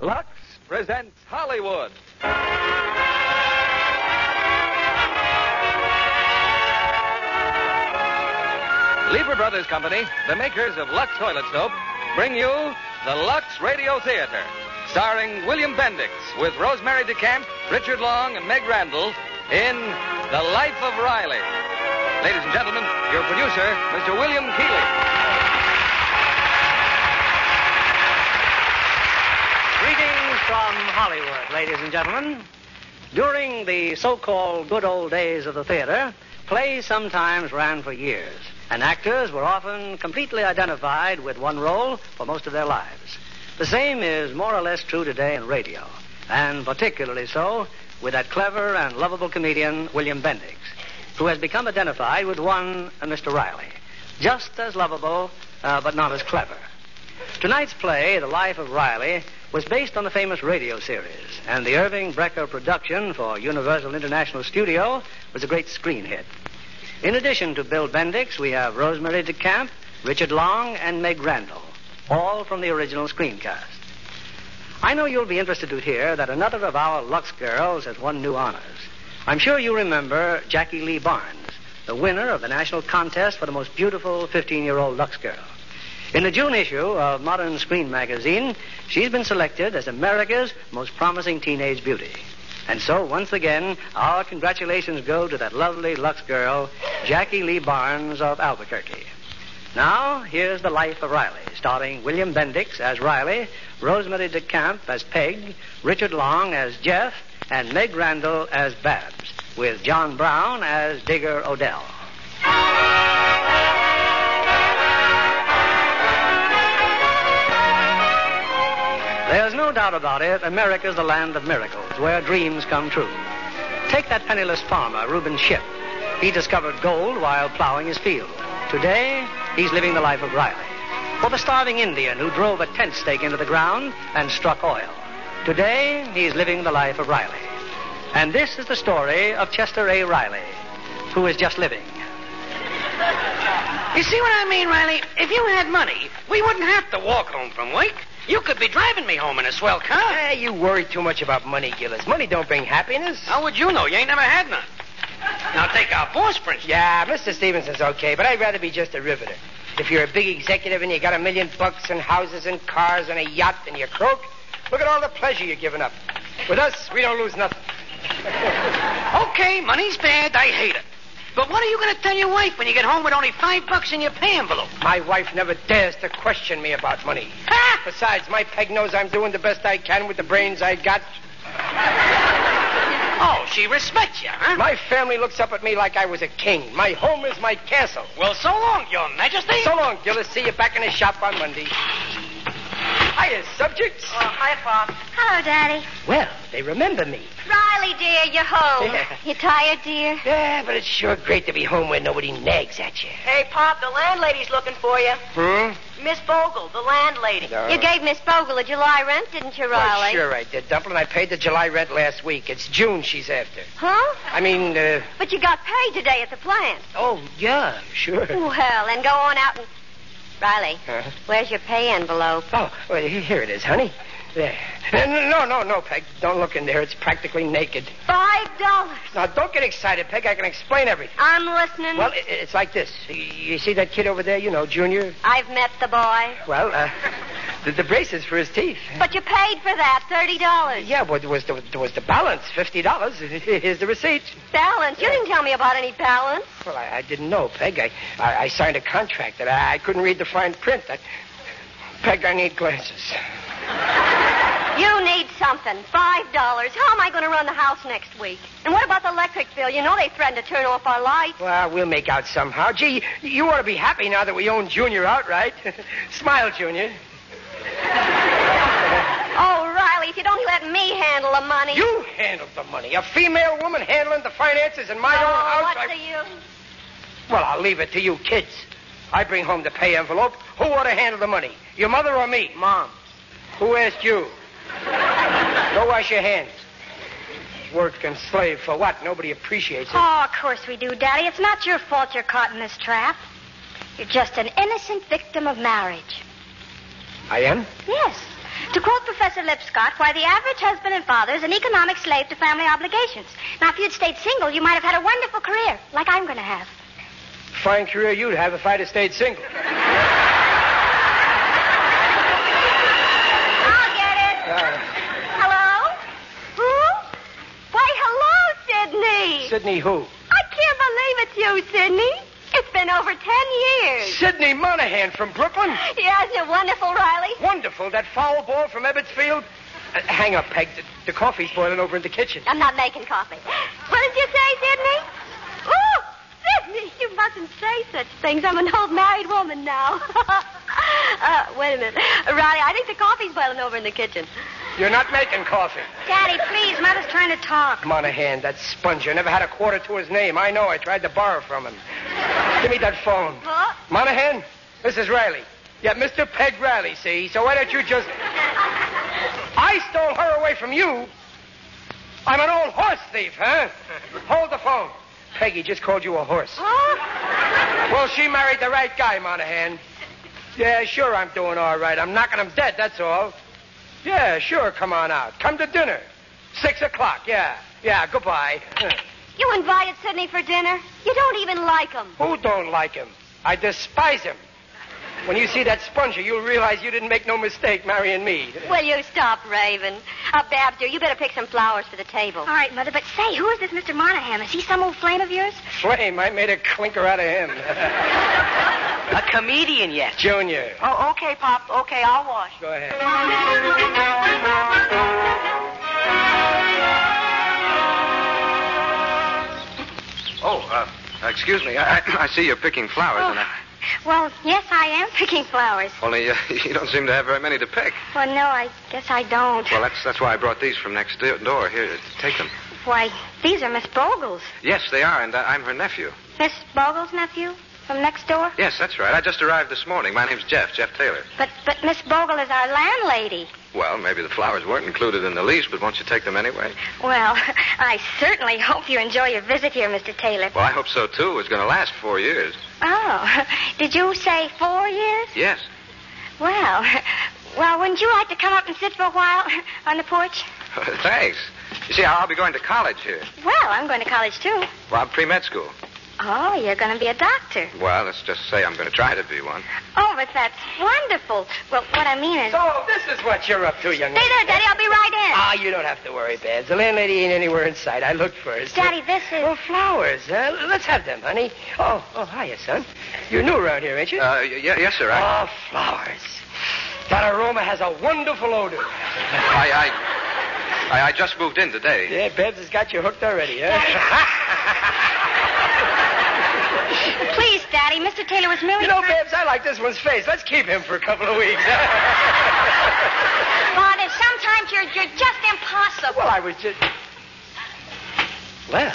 Lux presents Hollywood. Lever Brothers Company, the makers of Lux Toilet Soap, bring you the Lux Radio Theater, starring William Bendix with Rosemary DeCamp, Richard Long, and Meg Randall in The Life of Riley. Ladies and gentlemen, your producer, Mr. William Keeley. Greetings from Hollywood, ladies and gentlemen. During the so called good old days of the theater, plays sometimes ran for years, and actors were often completely identified with one role for most of their lives. The same is more or less true today in radio, and particularly so with that clever and lovable comedian, William Bendix, who has become identified with one uh, Mr. Riley. Just as lovable, uh, but not as clever. Tonight's play, The Life of Riley, was based on the famous radio series, and the Irving Brecker production for Universal International Studio was a great screen hit. In addition to Bill Bendix, we have Rosemary DeCamp, Richard Long, and Meg Randall, all from the original screencast. I know you'll be interested to hear that another of our Lux girls has won new honors. I'm sure you remember Jackie Lee Barnes, the winner of the national contest for the most beautiful 15 year old Lux girl. In the June issue of Modern Screen magazine, she's been selected as America's most promising teenage beauty. And so, once again, our congratulations go to that lovely Lux girl, Jackie Lee Barnes of Albuquerque. Now, here's The Life of Riley, starring William Bendix as Riley, Rosemary DeCamp as Peg, Richard Long as Jeff, and Meg Randall as Babs, with John Brown as Digger Odell. There's no doubt about it, America's the land of miracles, where dreams come true. Take that penniless farmer, Reuben Ship. He discovered gold while plowing his field. Today, he's living the life of Riley. Or the starving Indian who drove a tent stake into the ground and struck oil. Today, he's living the life of Riley. And this is the story of Chester A. Riley, who is just living. You see what I mean, Riley? If you had money, we wouldn't have to walk home from work. You could be driving me home in a swell car. Hey, you worry too much about money, Gillis. Money don't bring happiness. How would you know? You ain't never had none. Now take our boss, for instance. Yeah, Mr. Stevenson's okay, but I'd rather be just a riveter. If you're a big executive and you got a million bucks and houses and cars and a yacht and you croak, look at all the pleasure you're giving up. With us, we don't lose nothing. Okay, money's bad. I hate it. But what are you going to tell your wife when you get home with only five bucks in your pay envelope? My wife never dares to question me about money. Ha! Besides, my peg knows I'm doing the best I can with the brains I got. Oh, she respects you, huh? My family looks up at me like I was a king. My home is my castle. Well, so long, Your Majesty. So long, Gillis. See you back in the shop on Monday. Hiya, subjects. Oh, Hello, Daddy. Well, they remember me. Riley, dear, you're home. Yeah. You tired, dear? Yeah, but it's sure great to be home where nobody nags at you. Hey, Pop, the landlady's looking for you. Hmm? Miss Bogle, the landlady. No. You gave Miss Bogle a July rent, didn't you, Well, Riley? Oh, sure I did, Dumplin'. I paid the July rent last week. It's June she's after. Huh? I mean, uh, But you got paid today at the plant. oh, yeah, sure. Well, then go on out and. Riley, Huh? where's your pay envelope? Oh, well, he- here it is, honey. There. No, no, no, Peg. Don't look in there. It's practically naked. Five dollars. Now, don't get excited, Peg. I can explain everything. I'm listening. Well, i it's like this. Y- You see that kid over there, you know, Junior? I've met the boy. Well, uh, the, the braces for his teeth. But you paid for that thirty dollars. Yeah, well, there was the, there was the balance, $50. Here's the receipt. Balance. You didn't tell me about any balance. Well, I, I didn't know, Peg. I, I, I signed a contract that I, I couldn't read the fine print. I, Peg, I need glasses. You need something. Five dollars. How am I going to run the house next week? And what about the electric bill? You know they threatened to turn off our lights. Well, we'll make out somehow. Gee, you ought to be happy now that we own Junior outright. Smile, Junior. Oh, the money. You handled the money. A female woman handling the finances in my oh, own house. what's I- the use? Well, I'll leave it to you kids. I bring home the pay envelope. Who ought to handle the money? Your mother or me? Mom. Who asked you? Go wash your hands. Working slave for what? Nobody appreciates it. Oh, of course we do, Daddy. It's not your fault you're caught in this trap. You're just an innocent victim of marriage. I am? Yes. To quote Professor Lipscott, why the average husband and father is an economic slave to family obligations. Now, if you'd stayed single, you might have had a wonderful career, like I'm going to have. Fine career you'd have if I'd have stayed single. I'll get it. Hello? Who? Why, hello, Sydney. Sydney who? I can't believe it's you, Sydney. It's been over ten years. Sydney Monahan from Brooklyn. Yeah, isn't it wonderful, Riley? Wonderful, that foul ball from Ebbets Field. Uh, hang up, Peg. The, the coffee's boiling over in the kitchen. I'm not making coffee. What did you say, Sydney? Oh, Sydney, you mustn't say such things. I'm an old married woman now. uh, wait a minute. Riley, I think the coffee's boiling over in the kitchen. You're not making coffee. Daddy, please, Mother's trying to talk. Monahan, that sponger, never had a quarter to his name. I know. I tried to borrow from him. Give me that phone. What? Monahan, this is Riley. Yeah, Mr. Peg Riley, see? So why don't you just. I stole her away from you? I'm an old horse thief, huh? Hold the phone. Peggy just called you a horse. Well, she married the right guy, Monahan. Yeah, sure, I'm doing all right. I'm knocking him dead, that's all. Yeah, sure, come on out. Come to dinner. Six o'clock, yeah. Yeah, goodbye. You invited Sydney for dinner? You don't even like him. Who don't like him? I despise him. When you see that sponger, you'll realize you didn't make no mistake marrying me. Will you stop, Raven? Uh, Babs, dear, you better pick some flowers for the table. All right, Mother, but say, who is this Mr. Monahan? Is he some old flame of yours? Flame, I made a clinker out of him. A comedian yet. Junior. Oh, okay, Pop. Okay, I'll wash. Go ahead. Oh, uh, excuse me. I, I see you're picking flowers, and I, Well, yes, I am picking flowers. Oh. only uh, you don't seem to have very many to pick. Well, no, I guess I don't. Well, that's that's why I brought these from next do- door. Here, take them. Why, these are Miss Bogle's. Yes, they are, and I, I'm her nephew. Miss Bogle's nephew from next door? Yes, that's right. I just arrived this morning. My name's Jeff, Jeff Taylor. But but Miss Bogle is our landlady. Well, maybe the flowers weren't included in the lease, but won't you take them anyway? Well, I certainly hope you enjoy your visit here, Mr. Taylor. Well, I hope so too. It's going to last four years. Oh, did you say four years? Yes. Well, well, wouldn't you like to come up and sit for a while on the porch? Thanks. You see, I'll be going to college here. Well, I'm going to college too. Well, pre med school. Oh, you're going to be a doctor. Well, let's just say I'm going to try to be one. Oh, but that's wonderful. Well, what I mean is, So, this is what you're up to, young stay lady. there, Daddy. I'll be right in. Ah, you don't have to worry, Babs. The landlady ain't anywhere in sight. I looked for her. so- Daddy, this is. Oh, flowers. Uh, let's have them, honey. Oh, oh, hiya, son. You're new around here, ain't you? Uh, y- y- yes, sir. I, Oh, flowers. That aroma has a wonderful odor. I, I, I, I just moved in today. Yeah, Babs has got you hooked already, huh? Please, Daddy, Mr. Taylor was merely. you know, trying- Babs, I like this one's face. Let's keep him for a couple of weeks. Well, there's sometimes you're, you're just impossible. well, I was just. Well,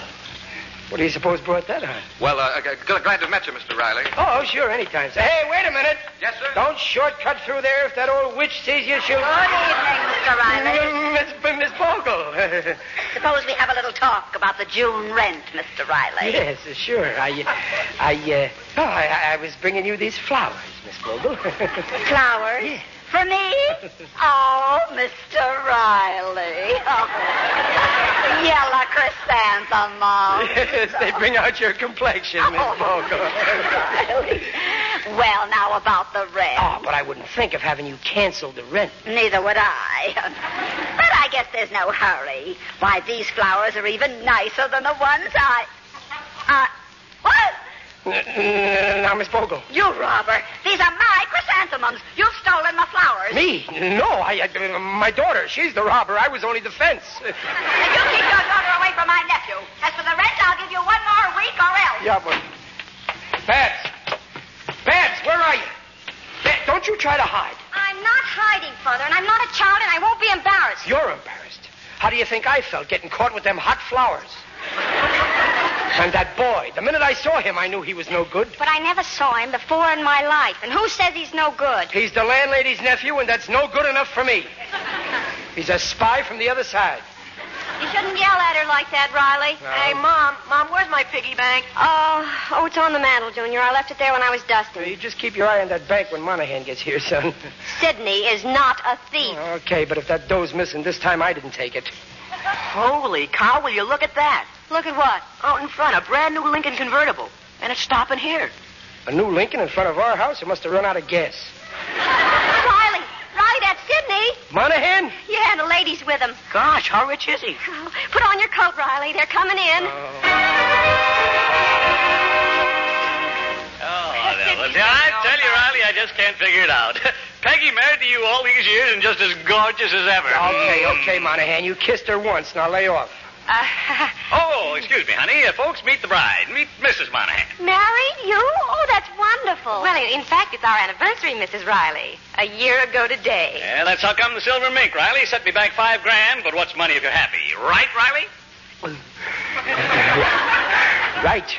what do you suppose brought that on? Well, uh, g- g- glad to have met you, Mr. Riley. Oh, sure, anytime. Say, hey, wait a minute. Yes, sir. Don't shortcut through there. If that old witch sees you, she'll. Good evening, Mr. Riley. Mm, Miss, Miss Bogle. Suppose we have a little talk about the June rent, Mr. Riley. yes, sure. I, uh, I, uh, oh, I, I- I was bringing you these flowers, Miss Bogle. Flowers? Yeah. For me? Oh, Mr. Riley. Oh. Yellow chrysanthemum. yes, they bring out your complexion, Miss Oh, Bogle. Riley. Well, now about the rent. oh, but I wouldn't think of having you cancel the rent. Neither would I. But I guess there's no hurry. Why, these flowers are even nicer than the ones I. I. What? Now, Miss Bogle. You robber. These are my chrysanthemums. You've stolen my flowers. Me? No, I, I- my daughter. She's the robber. I was only the fence. And you keep your daughter away from my nephew. As for the rent, I'll give you one more week or else. Yeah, but. Babs! Babs, where are you? Ba- don't you try to hide. I'm not hiding, Father, and I'm not a child, and I won't be embarrassed. You're embarrassed. How do you think I felt getting caught with them hot flowers? and that boy. The minute I saw him, I knew he was no good. But I never saw him before in my life. And who says he's no good? He's the landlady's nephew, and that's no good enough for me. He's a spy from the other side. You shouldn't yell at her like that, Riley. Hey, Mom, Mom, where's my piggy bank? Oh, oh, it's on the mantel, Junior. I left it there when I was dusting. You just keep your eye on that bank when Monahan gets here, son. Sidney is not a thief. okay, but if that dough's missing, this time I didn't take it. Holy cow, will you look at that? Look at what? Out in front, a brand new Lincoln convertible. And it's stopping here. A new Lincoln in front of our house? It must have run out of gas. Riley, Riley, that's Sidney. Monahan? Yeah, and a lady's with him. Gosh, how rich is he? Oh, Put on your coat, Riley. They're coming in. Oh, there was- Yeah, I tell you, Riley, I just can't figure it out. Peggy married to you all these years and just as gorgeous as ever. Okay, Mm. okay, Monahan. You kissed her once. Now lay off. Uh, Oh, excuse me, honey. Uh, folks, meet the bride. Meet Mrs. Monahan. married you? Oh, that's wonderful. Well, in fact, it's our anniversary, Mrs. Riley. A year ago today. Yeah, that's how come the silver mink, Riley. Set me back five grand, but what's money if you're happy? Right, Riley? Right.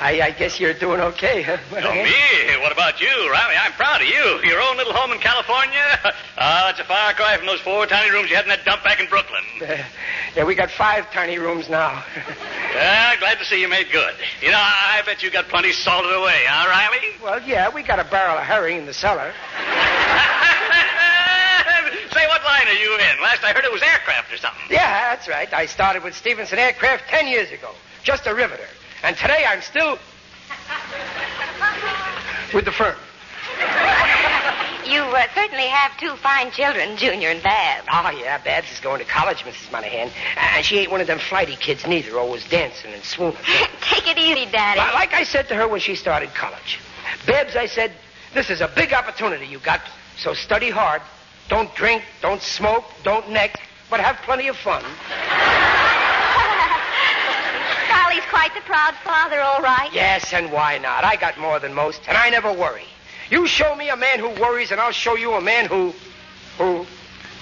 I, I guess you're doing okay, huh? Oh, Monahan? me? What about you, Riley? I'm proud of you. Your own little home in California? Ah, it's a far cry from those four tiny rooms you had in that dump back in Brooklyn. Uh, yeah, we got five tiny rooms now. Ah, glad to see you made good. You know, I I bet you got plenty salted away, huh, Riley? well, yeah, we got a barrel of herring in the cellar. Say, what line are you in? Last I heard it was aircraft or something. Yeah, that's right. I started with Stevenson Aircraft ten years ago, just a riveter. And today I'm still with the firm. You uh, certainly have two fine children, Junior and Babs. Oh, yeah, Babs is going to college, Mrs. Monahan. And she ain't one of them flighty kids neither, always dancing and swooning. Take it easy, Daddy. Li- Like I said to her when she started college, Babs, I said, this is a big opportunity you got, so study hard. Don't drink, don't smoke, don't neck, but have plenty of fun. Riley's quite the proud father, all right. Yes, and why not? I got more than most, and I never worry. You show me a man who worries, and I'll show you a man who. who.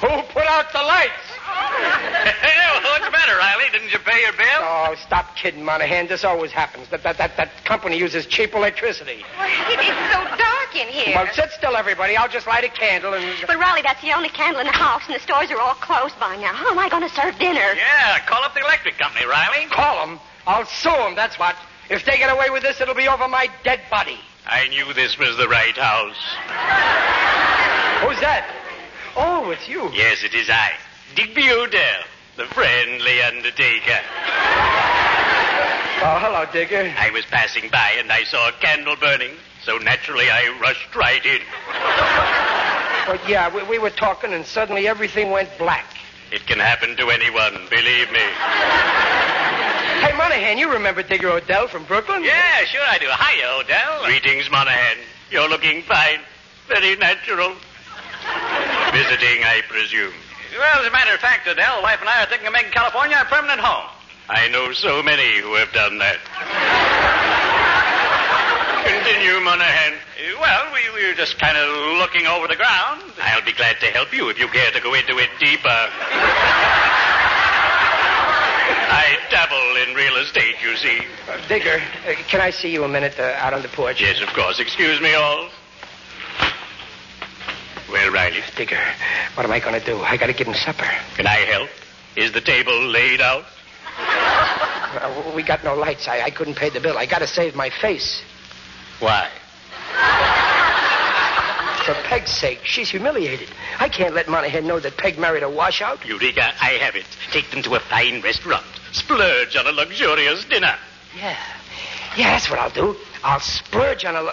who put out the lights. well, what's the matter, Riley? Didn't you pay your bill? Oh, stop kidding, Monahan. This always happens. That, that, that, that company uses cheap electricity. It is so dark in here. Well, sit still, everybody. I'll just light a candle and. But Riley, that's the only candle in the house, and the stores are all closed by now. How am I going to serve dinner? Yeah, call up the electric company, Riley. Call them. I'll sue them, that's what. If they get away with this, it'll be over my dead body. I knew this was the right house. Who's that? Oh, it's you. Yes, it is I, Digby Odell, the friendly undertaker. Oh, hello, Digger. I was passing by and I saw a candle burning, so naturally I rushed right in. But yeah, we, we were talking, and suddenly everything went black. It can happen to anyone, believe me. Hey, Monahan, you remember Digger Odell from Brooklyn? Yeah, sure I do. Hiya, Odell. Greetings, Monahan. You're looking fine. Very natural. Visiting, I presume. Well, as a matter of fact, Odell, wife and I are thinking of making California our permanent home. I know so many who have done that. Continue, Monahan. Uh, Well, we, we were just kind of looking over the ground. I'll be glad to help you if you care to go into it deeper. I dabble in real estate, you see. Uh, Digger, uh, can I see you a minute uh, out on the porch? Yes, of course. Excuse me all. Well, Riley, Digger, what am I going to do? I got to give him supper. can I help? Is the table laid out? Uh, we got no lights. I, I couldn't pay the bill. I got to save my face. Why? For Peg's sake, she's humiliated. I can't let Monahan know that Peg married a washout. Eureka, I have it. Take them to a fine restaurant. Splurge on a luxurious dinner. Yeah. Yeah, that's what I'll do. I'll splurge on a. Lo-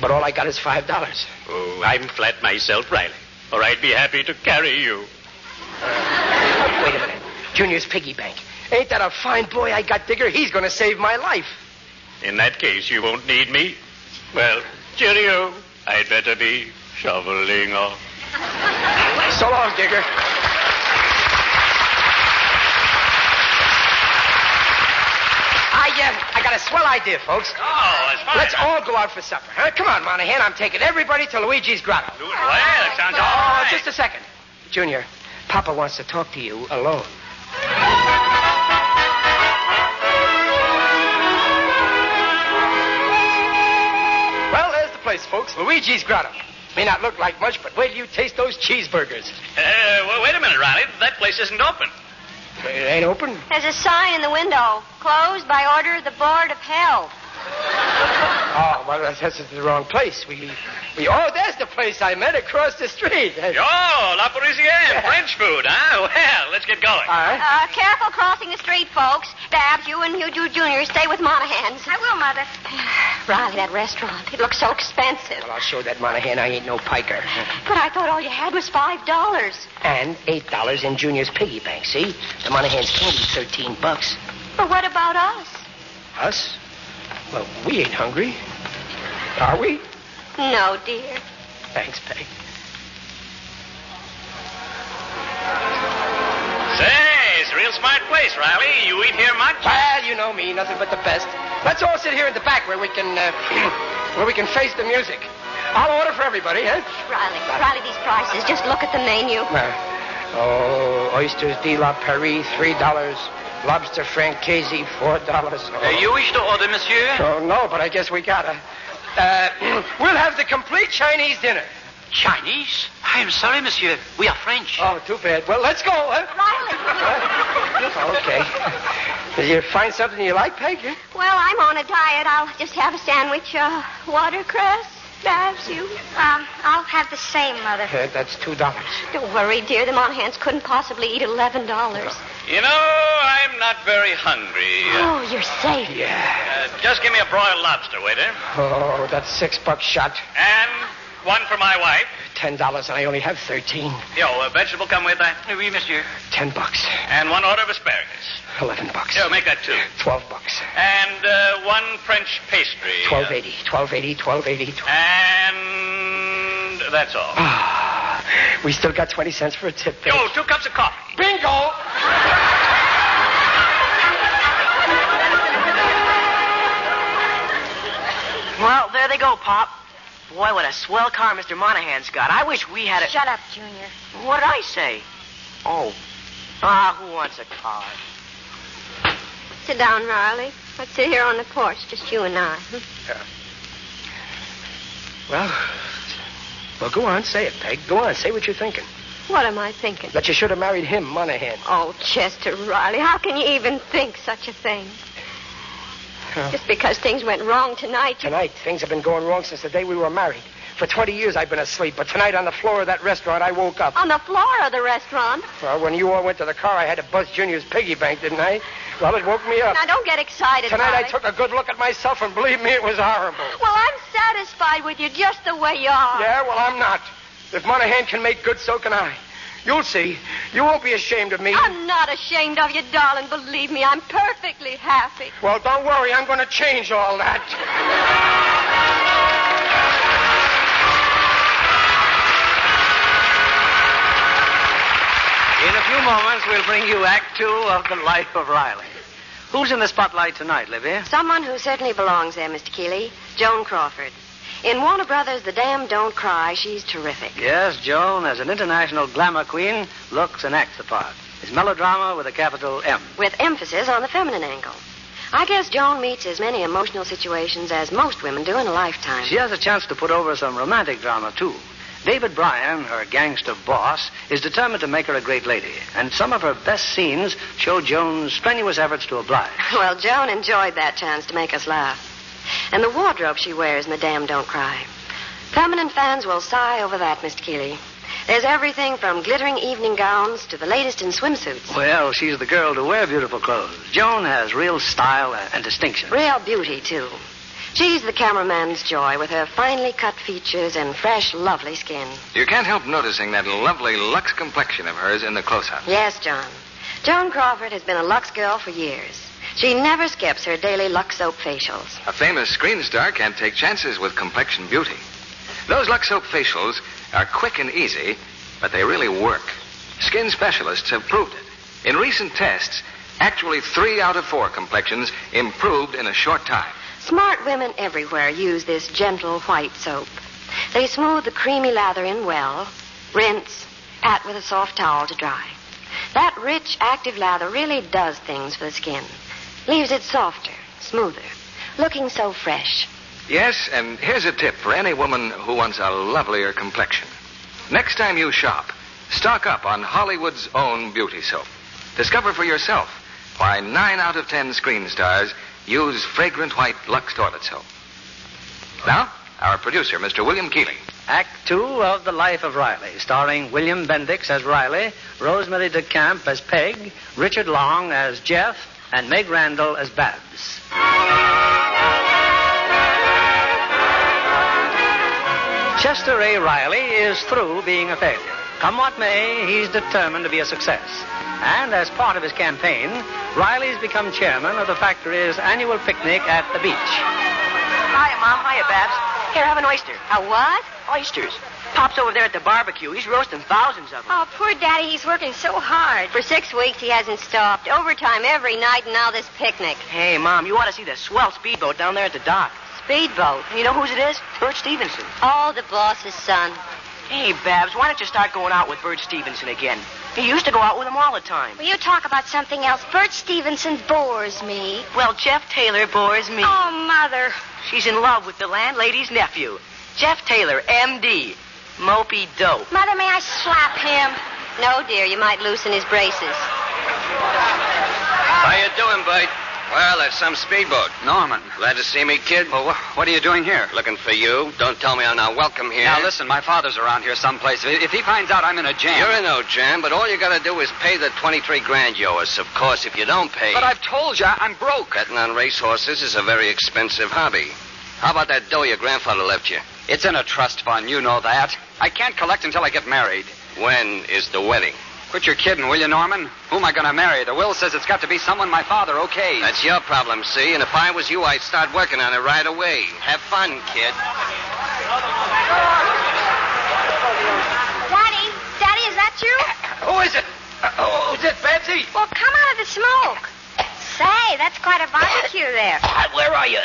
but all I got is $5. dollars. Oh, I'm flat myself, Riley. Or I'd be happy to carry you. Wait a minute. Junior's piggy bank. Ain't that a fine boy I got, Digger? He's going to save my life. In that case, you won't need me. Well, cheerio. I'd better be shoveling off. So long, Digger. I, uh, I got a swell idea, folks. Oh, that's fine. Let's all go out for supper, huh? Come on, Monahan. I'm taking everybody to Luigi's Grotto. Do it well. Sounds all Oh, right. just a second. Junior, Papa wants to talk to you alone. Well, there's the place, folks. Luigi's Grotto. May not look like much, but wait till you taste those cheeseburgers. Uh, well, wait a minute, Riley. That place isn't open. It ain't open. There's a sign in the window. Closed by order of the Board of Health. Oh, well, that's, that's the wrong place. We, we, oh, there's the place I met across the street. That's- Oh, La Parisienne, French food, huh? Well, let's get All going. right. Uh, careful crossing the street, folks. Babs, you and Hugh Jr. stay with Monahan's. I will, Mother. Riley, that restaurant. It looks so expensive. Well, I'll show that Monahan I ain't no piker. But I thought all you had was five dollars. And eight dollars in Junior's piggy bank. See, the Monahan's candy thirteen bucks. But what about us? Us? Well, we ain't hungry, are we? No, dear. Thanks, Peg. Say, it's a real smart place, Riley. You eat here much? Well, you know me, nothing but the best. Let's all sit here in the back where we can, uh, where we can face the music. I'll order for everybody, huh? Riley, Riley, these prices. Just look at the menu. Uh, oh, oysters de la Paris, three dollars. Lobster francaise, four dollars. Oh. wish to order, monsieur? Oh no, but I guess we gotta. Uh, we'll have the complete Chinese dinner. Chinese? I am sorry, monsieur. We are French. Oh, too bad. Well, let's go. Huh? Riley. Oh, okay. Did you find something you like, Peg? huh? well, I'm on a diet. I'll just have a sandwich. Uh, watercress, Babs, you. Um, I'll have the same, Mother. Uh, that's two dollars. Don't worry, dear. The Monahans couldn't possibly eat eleven dollars. You know, I'm not very hungry. Oh, you're safe. Yeah. Uh, just give me a broiled lobster, waiter. Oh, that's six bucks shot. And one for my wife. Ten dollars, and I only have thirteen. Yo, a vegetable come with that? Oui, monsieur. Ten bucks. And one order of asparagus. Eleven bucks. Yo, make that two. Twelve bucks. And uh, one French pastry. Twelve eighty. Twelve eighty. Twelve eighty. Twelve. And that's all. Ah, we still got twenty cents for a tip. Peg. Yo, two cups of coffee. Bingo! Well, there they go, Pop. Boy, what a swell car Mr. Monahan's got. I wish we had a. Shut up, Junior. What did I say? Oh. Ah, who wants a car? Sit down, Riley. Let's sit here on the porch, just you and I. hmm? Well, well, go on, say it, Peg. Go on, say what you're thinking. What am I thinking? That you should have married him, Monahan. Oh, Chester Riley, how can you even think such a thing? Oh. Just because things went wrong tonight, you... Tonight, things have been going wrong since the day we were married. For 20 years I've been asleep, but tonight on the floor of that restaurant I woke up. on the floor of the restaurant. Well, when you all went to the car, I had to bust Junior's piggy bank, didn't I? Well, it woke me up. Now, don't get excited, Tonight Riley. I took a good look at myself, and believe me, it was horrible. Well, I'm satisfied with you just the way you are. Yeah, well, I'm not. If Monahan can make good, so can I. You'll see. You won't be ashamed of me. Ah. I'm not ashamed of you, darling. Believe me, I'm perfectly happy. Well, don't worry. I'm going to change all that. In a few moments, we'll bring you Act Two of The Life of Riley. Who's in the spotlight tonight, Livia? Someone who certainly belongs there, Mr. Keeley. Joan Crawford. In Warner Brothers, The Damn Don't Cry, she's terrific. Yes, Joan, as an international glamour queen, looks and acts the part. It's melodrama with a capital M. With emphasis on the feminine angle. I guess Joan meets as many emotional situations as most women do in a lifetime. She has a chance to put over some romantic drama, too. David Bryan, her gangster boss, is determined to make her a great lady, and some of her best scenes show Joan's strenuous efforts to oblige. Well, Joan enjoyed that chance to make us laugh. And the wardrobe she wears in The Damn Don't Cry. Feminine fans will sigh over that, Mr. Keeley. There's everything from glittering evening gowns to the latest in swimsuits. Well, she's the girl to wear beautiful clothes. Joan has real style and, and distinction. Real beauty, too. She's the cameraman's joy with her finely cut features and fresh, lovely skin. You can't help noticing that lovely Lux complexion of hers in the close up. Yes, John. Joan Crawford has been a Lux girl for years. She never skips her daily Lux soap facials. A famous screen star can't take chances with complexion beauty. Those Lux Soap facials are quick and easy, but they really work. Skin specialists have proved it. In recent tests, actually three out of four complexions improved in a short time. Smart women everywhere use this gentle white soap. They smooth the creamy lather in well, rinse, pat with a soft towel to dry. That rich, active lather really does things for the skin. Leaves it softer, smoother, looking so fresh. Yes, and here's a tip for any woman who wants a lovelier complexion. Next time you shop, stock up on Hollywood's own beauty soap. Discover for yourself why nine out of ten screen stars use fragrant white Lux toilet soap. Now, our producer, Mr. William Keeling. Act two of The Life of Riley, starring William Bendix as Riley, Rosemary DeCamp as Peg, Richard Long as Jeff, and Meg Randall as Babs. Chester A. Riley is through being a failure. Come what may, he's determined to be a success. And as part of his campaign, Riley's become chairman of the factory's annual picnic at the beach. Hiya, Mom. Hiya, Babs. Here, have an oyster. A what? Oysters. Pop's over there at the barbecue. He's roasting thousands of them. Oh, poor Daddy, he's working so hard. For six weeks, he hasn't stopped. Overtime every night, and now this picnic. Hey, Mom, you ought to see that swell speedboat down there at the dock. Speedboat? You know whose it is? Bert Stevenson. All the boss's son. Hey, Babs, why don't you start going out with Bert Stevenson again? He used to go out with him all the time. Will you talk about something else? Bert Stevenson bores me. Well, Jeff Taylor bores me. Oh, Mother. She's in love with the landlady's nephew, Jeff Taylor, M.D. Mopey Dope. Mother, may I slap him? No, dear, you might loosen his braces. How you doing, Bud? Well, there's some speedboat. Norman. Glad to see me, kid. Well, what are you doing here? Looking for you. Don't tell me I'm not welcome here. Now, listen, my father's around here someplace. If if he finds out I'm in a jam. You're in no jam, but all you gotta do is pay the 23 grand you owe us, of course, if you don't pay. But I've told you, I'm broke. Betting on racehorses is a very expensive hobby. How about that dough your grandfather left you? It's in a trust fund, you know that. I can't collect until I get married. When is the wedding? Quit your kidding, will you, Norman? Who am I going to marry? The will says it's got to be someone my father okay. That's your problem, see? And if I was you, I'd start working on it right away. Have fun, kid. Daddy, Daddy, is that you? Who is it? Uh, oh, is it Betsy? Well, come out of the smoke. Say, that's quite a barbecue there. Ah, Where are you?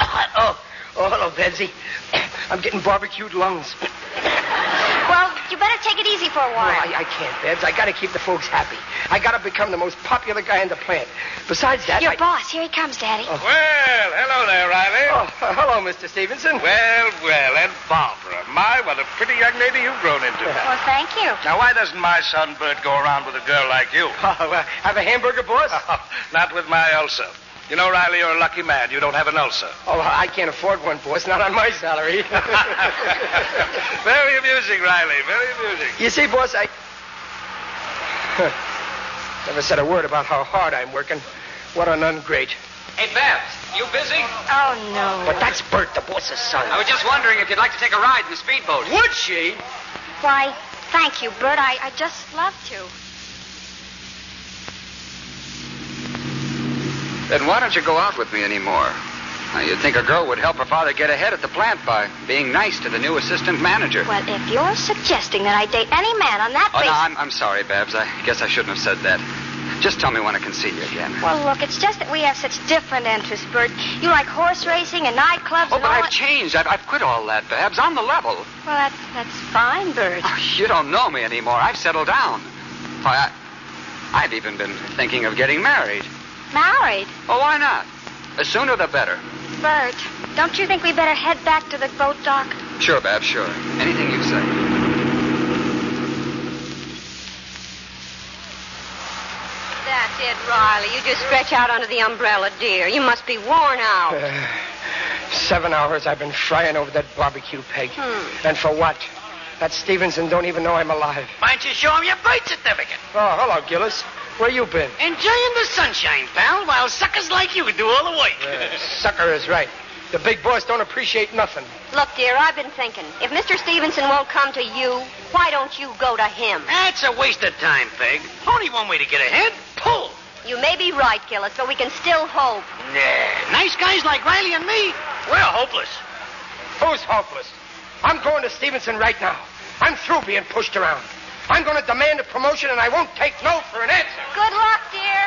Oh, oh hello, Betsy. I'm getting barbecued lungs. Well, you better take it easy for a No, while. I, I can't, Babs. I gotta keep the folks happy. I gotta become the most popular guy in the plant. Besides that, Your I... boss, here he comes, Daddy. Well, hello there, Riley. Oh, uh, hello, Mr. Stevenson. Well, well, and Barbara. My, what a pretty young lady you've grown into. Well, thank you. Now, why doesn't my son Bert go around with a girl like you? Oh, uh, have a hamburger, boss? Not with my ulcer. You know, Riley, you're a lucky man. You don't have an ulcer. Oh, I can't afford one, boss. Not on my salary. Very amusing, Riley. Very amusing. you see, boss, I. Never said a word about how hard I'm working. What an ungrate. Hey, Babs, you busy? Oh, no. But that's Bert, the boss's son. I was just wondering if you'd like to take a ride in the speedboat. Would she? Why, thank you, Bert. I, I just love to. Then why don't you go out with me anymore? Now, you'd think a girl would help her father get ahead at the plant by being nice to the new assistant manager. Well, if you're suggesting that I date any man on that Oh, no, basis. I'm, I'm sorry, Babs. I guess I shouldn't have said that. Just tell me when I can see you again. Well, look, it's just that we have such different interests, Bert. You like horse racing and nightclubs oh, and but all I've that- changed. I've, I've quit all that, Babs. I'm the level. Well, that's, that's fine, Bert. You don't know me anymore. I've settled down. Why, I, I've even been thinking of getting married. Married. Well, Oh, why not? The sooner the better. Bert, don't you think we better head back to the boat dock? Sure, Babs, sure. Anything you say. That's it, Riley. You just stretch out under the umbrella, dear. You must be worn out. Uh, seven hours I've been frying over that barbecue pig. Hmm. And for what? That Stevenson don't even know I'm alive. Why don't you show him your birth certificate? Oh, hello, Gillis. Where you been? Enjoying the sunshine, pal, while suckers like you do all the work. Sucker is right. The big boss don't appreciate nothing. Look, dear, I've been thinking. If Mr. Stevenson won't come to you, why don't you go to him? That's a waste of time, Peg. Only one way to get ahead. Pull. You may be right, Gillis, but we can still hope. Nah. Nice guys like Riley and me, we're hopeless. Who's hopeless? I'm going to Stevenson right now. I'm through being pushed around. I'm going to demand a promotion, and I won't take no for an answer. Good luck, dear.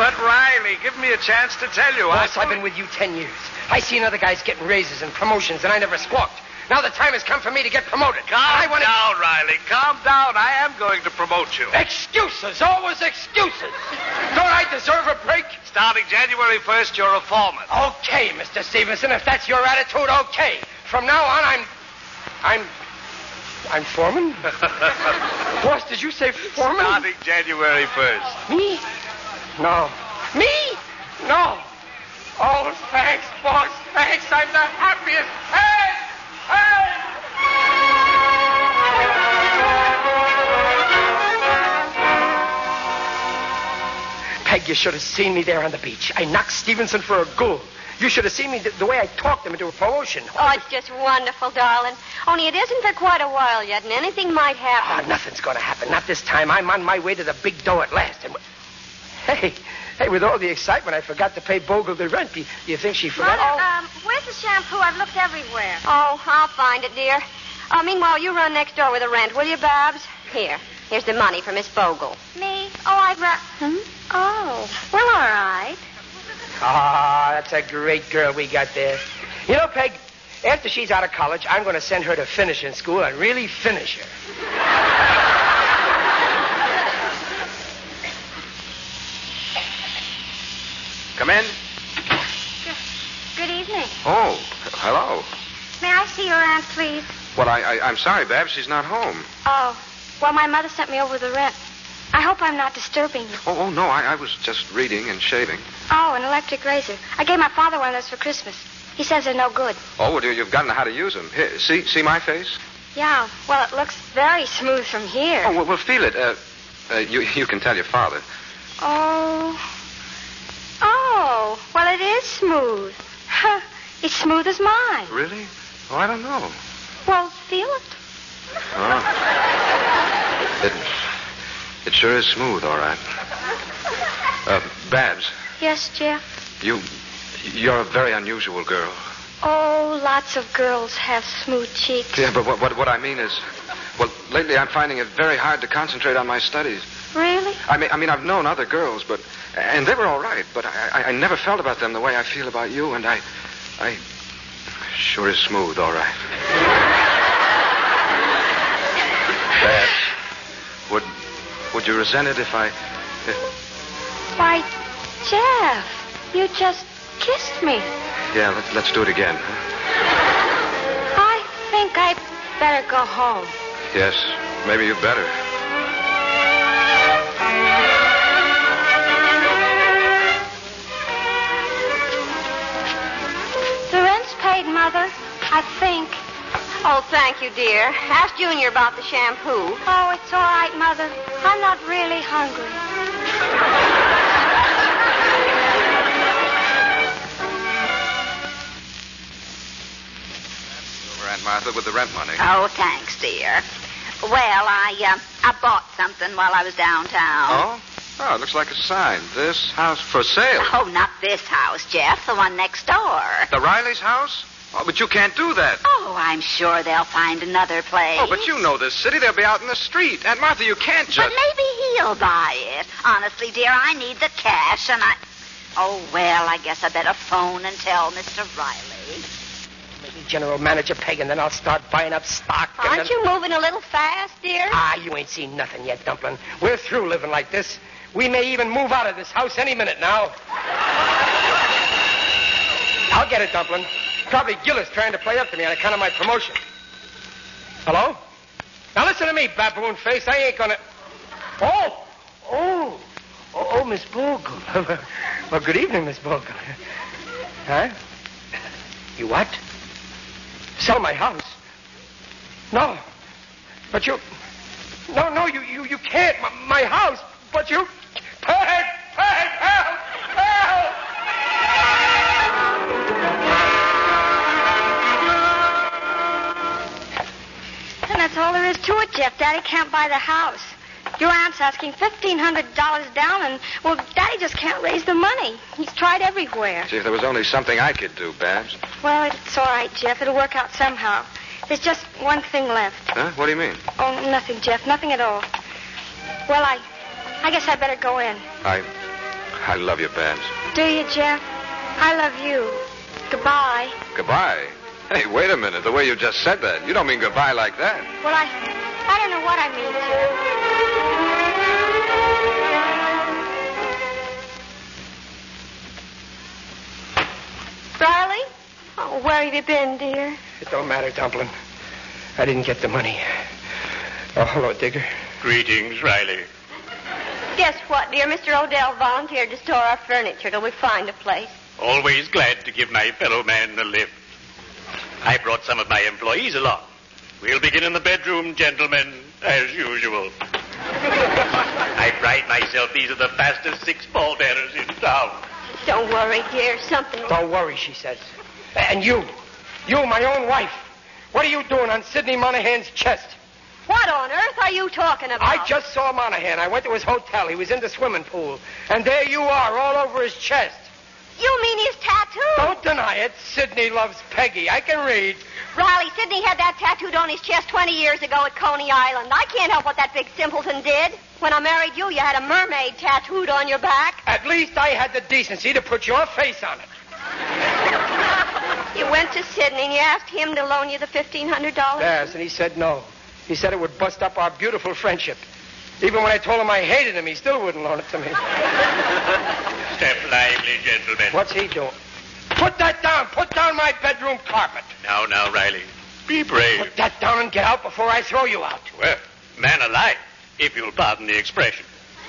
But, Riley, give me a chance to tell you. Boss, I've been with you ten years. I see other guys getting raises and promotions, and I never squawked. Now the time has come for me to get promoted. Calm I want down, Riley. Calm down. I am going to promote you. Excuses, always excuses. Don't I deserve a break? Starting January 1st, you're a foreman. Okay, Mr. Stevenson, if that's your attitude, okay. From now on, I'm. I'm. I'm foreman? Boss, did you say foreman? Uh, Starting January 1st. Me? No. Me? No. Oh, thanks, boss. Thanks. I'm the happiest. Hey! Hey! Peg, you should have seen me there on the beach. I knocked Stevenson for a ghoul. You should have seen me the, the way I talked him into a promotion. Oh, it's just wonderful, darling. Only it isn't for quite a while yet, and anything might happen. Oh, nothing's going to happen. Not this time. I'm on my way to the big dough at last. And... Hey, hey, with all the excitement, I forgot to pay Bogle the rent. Do you, do you think she forgot? Mother, um, where's the shampoo? I've looked everywhere. Oh, I'll find it, dear. Uh, meanwhile, you run next door with the rent, will you, Babs? Here. Here's the money for Miss Bogle. Me? Oh, I'd ra- Hmm? Oh. Well, all right. Ah, that's a great girl we got there. You know, Peg, after she's out of college, I'm going to send her to finishing school and really finish her. Come in. Good evening. Oh, hello. May I see your aunt, please? Well, I, I, I'm sorry, Babs. She's not home. Oh, well, my mother sent me over the rent. I hope I'm not disturbing you. Oh, oh no, I, I was just reading and shaving. Oh, an electric razor. I gave my father one of those for Christmas. He says they're no good. Oh, well, you, you've gotten how to use them. Here, see, see my face? Yeah, well, it looks very smooth from here. Oh, well, well feel it. Uh, uh, you, you can tell your father. Oh. Oh, well, it is smooth. Huh. It's smooth as mine. Really? Oh, I don't know. Well, feel it. Oh. It, it sure is smooth, all right. Uh, Babs, Yes, Jeff? you, you're a very unusual girl. Oh, lots of girls have smooth cheeks. Yeah, but what, what, what I mean is, well, lately I'm finding it very hard to concentrate on my studies. Really? I mean, I mean, I've known other girls, but and they were all right, but I, I, I never felt about them the way I feel about you, and I, I, sure is smooth, all right. Babs, would, would you resent it if I, if, Why, Jeff, you just kissed me. yeah, let, let's do it again. huh? I think I'd better go home. Yes, maybe you better. The rent's paid, Mother. I think. Oh, thank you, dear. Ask Junior about the shampoo. Oh, it's all right, Mother. I'm not really hungry. Over Aunt Martha with the rent money. Oh, thanks, dear. Well, I uh, I bought something while I was downtown. Oh? Oh, it looks like a sign. This house for sale. Oh, not this house, Jeff. The one next door. The Riley's house? Oh, but you can't do that. Oh, I'm sure they'll find another place. Oh, but you know this city. They'll be out in the street. Aunt Martha, you can't just. But maybe he'll buy it. Honestly, dear, I need the cash, and I. Oh well, I guess I better phone and tell Mr. Riley. Maybe general manager Peg, and then I'll start buying up stock. And Aren't then... you moving a little fast, dear? Ah, you ain't seen nothing yet, Dumplin'. We're through living like this. We may even move out of this house any minute now. I'll get it, Dumplin'. Probably Gillis trying to play up to me on account of my promotion. Hello? Now listen to me, baboon face. I ain't gonna. Oh! Oh! Oh, oh Miss Bogle. well, good evening, Miss Bogle. Huh? You what? Sell my house? No. But you. No, no, you, you, you can't. My, my house. But you. Peg! Peg! Help! Help! And that's all there is to it, Jeff. Daddy can't buy the house. Your aunt's asking $1,500 down, and, well, Daddy just can't raise the money. He's tried everywhere. See, if there was only something I could do, Babs. Well, it's all right, Jeff. It'll work out somehow. There's just one thing left. Huh? What do you mean? Oh, nothing, Jeff. Nothing at all. Well, I, I guess I better go in. I. I love you, Babs. Do you, Jeff? I love you. Goodbye. Goodbye. Hey, wait a minute. The way you just said that, you don't mean goodbye like that. Well, I, I don't know what I mean to. Riley? Oh, where have you been, dear? It don't matter, Dumplin. I didn't get the money. Oh, hello, Digger. Greetings, Riley. Guess what, dear? Mr. Odell volunteered to store our furniture till we find a place. Always glad to give my fellow man a lift. I brought some of my employees along. We'll begin in the bedroom, gentlemen, as usual. I pride myself these are the fastest six ball bearers in town. Don't worry, dear. Something. Don't worry, she says. And you, you, my own wife, what are you doing on Sidney Monahan's chest? What on earth are you talking about? I just saw Monahan. I went to his hotel. He was in the swimming pool. And there you are, all over his chest. You mean his tattoo? Don't deny it. Sidney loves Peggy. I can read. Riley, Sidney had that tattooed on his chest 20 years ago at Coney Island. I can't help what that big simpleton did. When I married you, you had a mermaid tattooed on your back. At least I had the decency to put your face on it. You went to Sidney and you asked him to loan you the $1,500? Yes, and he said no. He said it would bust up our beautiful friendship. Even when I told him I hated him, he still wouldn't loan it to me. Step lively, gentlemen. What's he doing? Put that down. Put down my bedroom carpet. Now, now, Riley, be brave. Put that down and get out before I throw you out. Well, man alive, if you'll pardon the expression.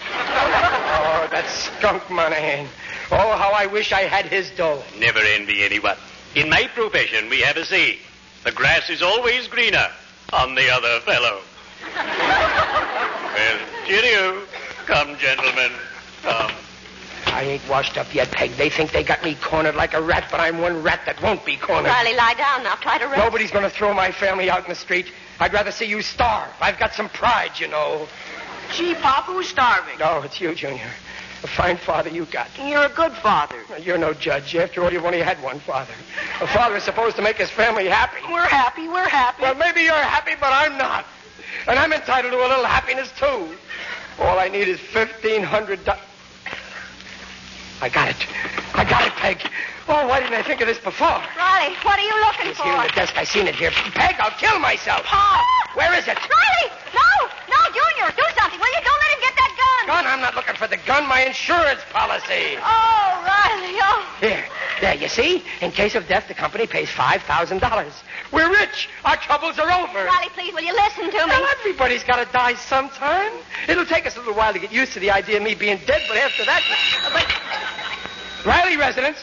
Oh, that skunk Monahan. Oh, how I wish I had his dough. Never envy anyone. In my profession, we have a saying: the grass is always greener on the other fellow. well, cheerio. Come, gentlemen. Come. I ain't washed up yet, Peg. They think they got me cornered like a rat, but I'm one rat that won't be cornered. Riley, lie down now. Try to rest. Nobody's going to throw my family out in the street. I'd rather see you starve. I've got some pride, you know. Gee, Papa, who's starving? No, it's you, Junior. A fine father you got. You're a good father. You're no judge. After all, you've only had one father. A father is supposed to make his family happy. We're happy. We're happy. Well, maybe you're happy, but I'm not. And I'm entitled to a little happiness, too. All I need is $1,500. I got it. I got it, Peg. Oh, why didn't I think of this before? Riley, what are you looking It's Oh, for? here in the desk. I seen it here. Peg, I'll kill myself. Pa! Where is it? Riley! No! No, Junior! Do something, will you? Don't let him get that gun! Gun? I'm not looking for the gun. My insurance policy. Oh, Riley, oh. Here, there, you see? In case of death, the company pays $5,000. We're rich. Our troubles are over. Riley, please, will you listen to me? Now, everybody's got to die sometime. It'll take us a little while to get used to the idea of me being dead, but after that. But... Riley residence.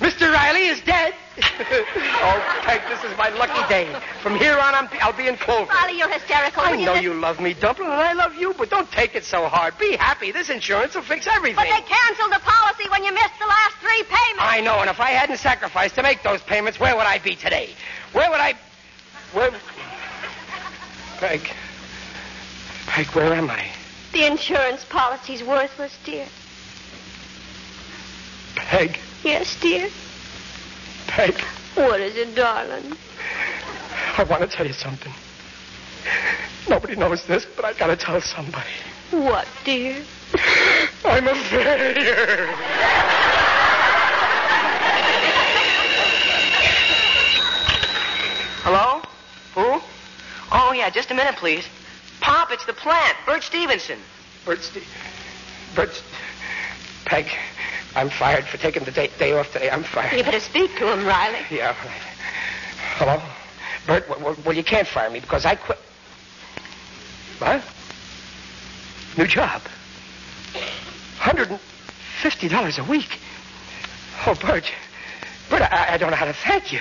Mr. Riley is dead. oh, Peg, this is my lucky day. From here on, I'm, I'll be in Clover. Riley, you're hysterical. I Will know lis- you love me, Dumplin', and I love you, but don't take it so hard. Be happy. This insurance will fix everything. But they canceled the policy when you missed the last three payments. I know, and if I hadn't sacrificed to make those payments, where would I be today? Where would I. Where. Peg. Peg, where am I? The insurance policy's worthless, dear. Peg. Yes, dear. Peg, What is it, darling? I want to tell you something. Nobody knows this, but I gotta tell somebody. What, dear? I'm a failure. Hello? Who? Oh, yeah, just a minute, please. Pop, it's the plant. Bert Stevenson. Bert, Ste- Bert, Ste- Peg, I'm fired for taking the day, day off today. I'm fired. You better speak to him, Riley. Yeah. all right. Hello? Bert, well, well, well, you can't fire me because I quit. What? New job. $150 a week. Oh, Bert. Bert, I, I don't know how to thank you.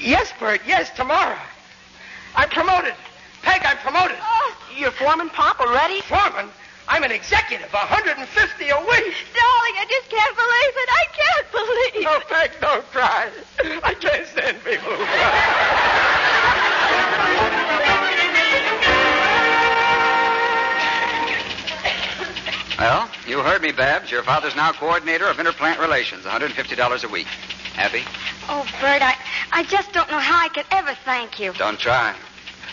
Yes, Bert, yes, tomorrow. I'm promoted. Peg, I'm promoted. Oh, You're foreman, Pop, already? Foreman, I'm an executive. 150 a week. Darling, I just can't believe it. I can't believe No, Peg, don't cry. I can't stand people who cry. Well, you heard me, Babs. Your father's now coordinator of interplant relations, $150 a week. Happy? Oh, Bert, I, I just don't know how I can ever thank you. Don't try.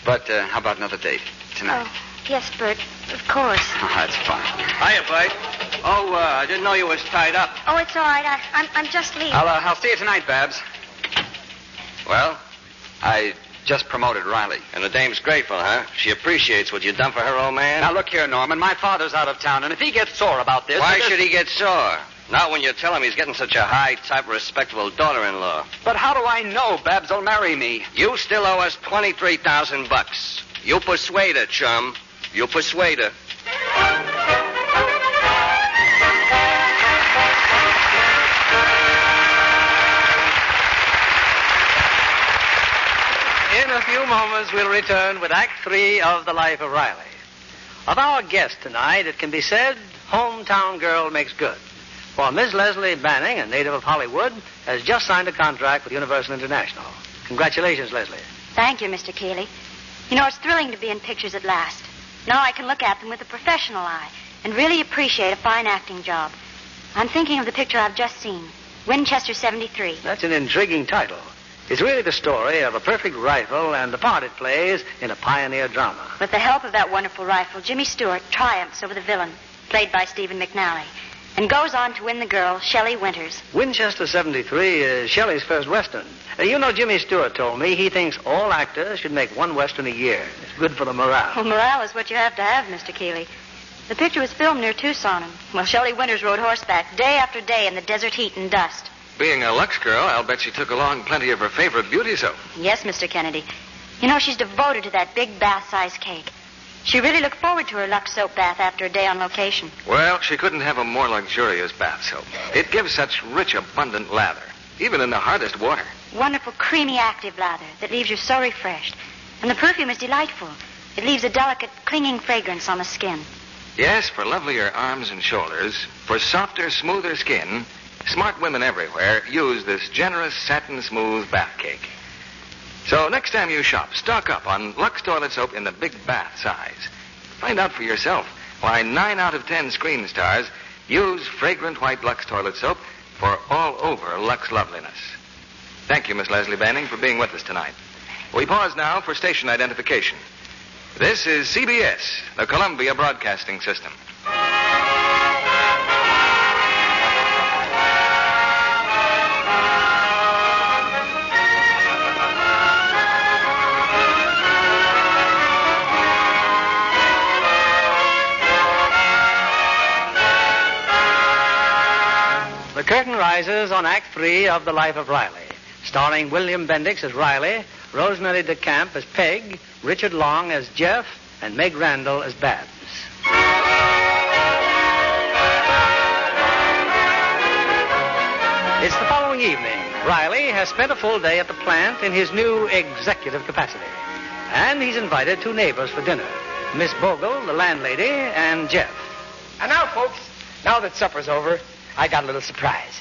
But uh, how about another date tonight? Oh, Yes, Bert, of course. Oh, that's fine. Hiya, Bud. Oh, uh, I didn't know you was tied up. Oh, it's all right. I, I'm, I'm just leaving. I'll, uh, I'll see you tonight, Babs. Well, I just promoted Riley. And the dame's grateful, huh? She appreciates what you done for her old man. Now, look here, Norman. My father's out of town, and if he gets sore about this. Why it is- should he get sore? Not when you tell him he's getting such a high type respectable daughter in law. But how do I know Babs will marry me? You still owe us twenty three thousand bucks. You persuade her, chum. You persuade her. In a few moments, we'll return with Act Three of The Life of Riley. Of our guest tonight, it can be said, hometown girl makes good. For Miss Leslie Banning, a native of Hollywood, has just signed a contract with Universal International. Congratulations, Leslie. Thank you, Mr. Keeley. You know, it's thrilling to be in pictures at last. Now I can look at them with a professional eye and really appreciate a fine acting job. I'm thinking of the picture I've just seen Winchester 73. That's an intriguing title. It's really the story of a perfect rifle and the part it plays in a pioneer drama. With the help of that wonderful rifle, Jimmy Stewart triumphs over the villain, played by Stephen McNally, and goes on to win the girl, Shelley Winters. Winchester 73 is Shelley's first Western. Uh, you know, Jimmy Stewart told me he thinks all actors should make one Western a year. It's good for the morale. Well, morale is what you have to have, Mr. Keeley. The picture was filmed near Tucson, and, well, Shelley Winters rode horseback day after day in the desert heat and dust. Being a Lux girl, I'll bet she took along plenty of her favorite beauties, though. Yes, Mr. Kennedy. You know, she's devoted to that big bath sized cake. She really looked forward to her Lux soap bath after a day on location. Well, she couldn't have a more luxurious bath soap. It gives such rich, abundant lather, even in the hardest water. Wonderful, creamy, active lather that leaves you so refreshed. And the perfume is delightful. It leaves a delicate, clinging fragrance on the skin. Yes, for lovelier arms and shoulders, for softer, smoother skin, smart women everywhere use this generous satin smooth bath cake. So next time you shop, stock up on Lux toilet soap in the big bath size. Find out for yourself why nine out of ten screen stars use fragrant white Lux toilet soap for all over Lux loveliness. Thank you, Miss Leslie Banning, for being with us tonight. We pause now for station identification. This is CBS, the Columbia Broadcasting System. The curtain rises on Act Three of The Life of Riley, starring William Bendix as Riley, Rosemary DeCamp as Peg, Richard Long as Jeff, and Meg Randall as Babs. It's the following evening. Riley has spent a full day at the plant in his new executive capacity. And he's invited two neighbors for dinner Miss Bogle, the landlady, and Jeff. And now, folks, now that supper's over, I got a little surprise.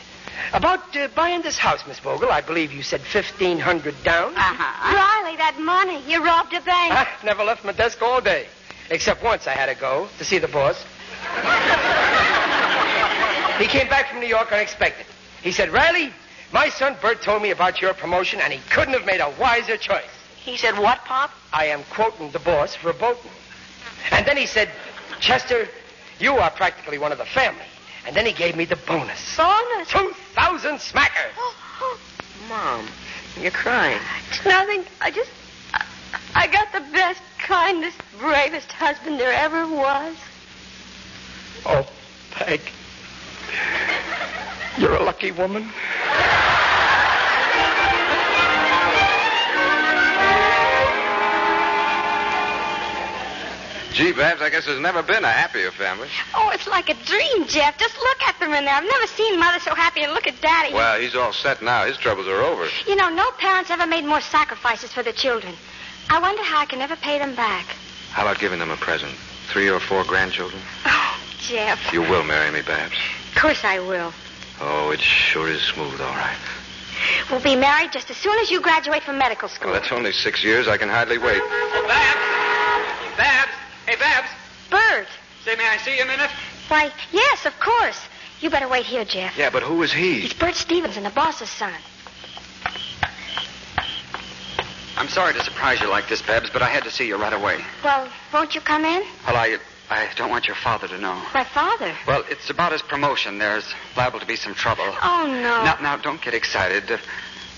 About uh, buying this house, Miss Vogel, I believe you said 1500 down. Uh-huh. Riley, that money. You robbed a bank. I never left my desk all day. Except once I had to go to see the boss. he came back from New York unexpected. He said, Riley, my son Bert told me about your promotion, and he couldn't have made a wiser choice. He said, What, Pop? I am quoting the boss verboten. And then he said, Chester, you are practically one of the family. And then he gave me the bonus. Bonus? 2,000 smackers. Mom, you're crying. It's nothing. I just. I- I got the best, kindest, bravest husband there ever was. Oh, Peg. You're a lucky woman. Gee, Babs, I guess there's never been a happier family. Oh, it's like a dream, Jeff. Just look at them in there. I've never seen Mother so happy, and look at Daddy. Well, he's all set now. His troubles are over. You know, no parents ever made more sacrifices for their children. I wonder how I can ever pay them back. How about giving them a present? Three or four grandchildren? Jeff, You will marry me, Babs. of course I will. Oh, it sure is smooth, all right. We'll be married just as soon as you graduate from medical school. Well, that's only six years. I can hardly wait. Babs, hey Babs, Bert. say may I see you a minute? Why, yes, of course. You better wait here, Jeff. Yeah, but who is he? It's Bert Stevenson, the boss's son. I'm sorry to surprise you like this, Babs, but I had to see you right away. Well, won't you come in? Well, I, I don't want your father to know. My father. Well, it's about his promotion. There's liable to be some trouble. Oh, no. Now, now, don't get excited. Uh,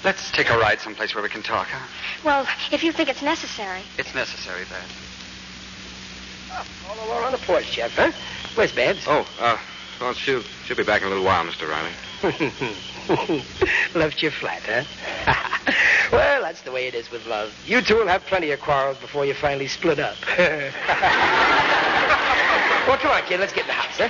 Let's take a ride someplace where we can talk, huh? Well, if you think it's necessary. It's necessary, Babs. All alone on the porch, Jeff, huh? Where's Babs? Oh, uh, well, she'll, she'll be back in a little while, Mr. Riley. Left you flat, huh? well, that's the way it is with love. You two will have plenty of quarrels before you finally split up. well, come on, kid. Let's get in the house, huh?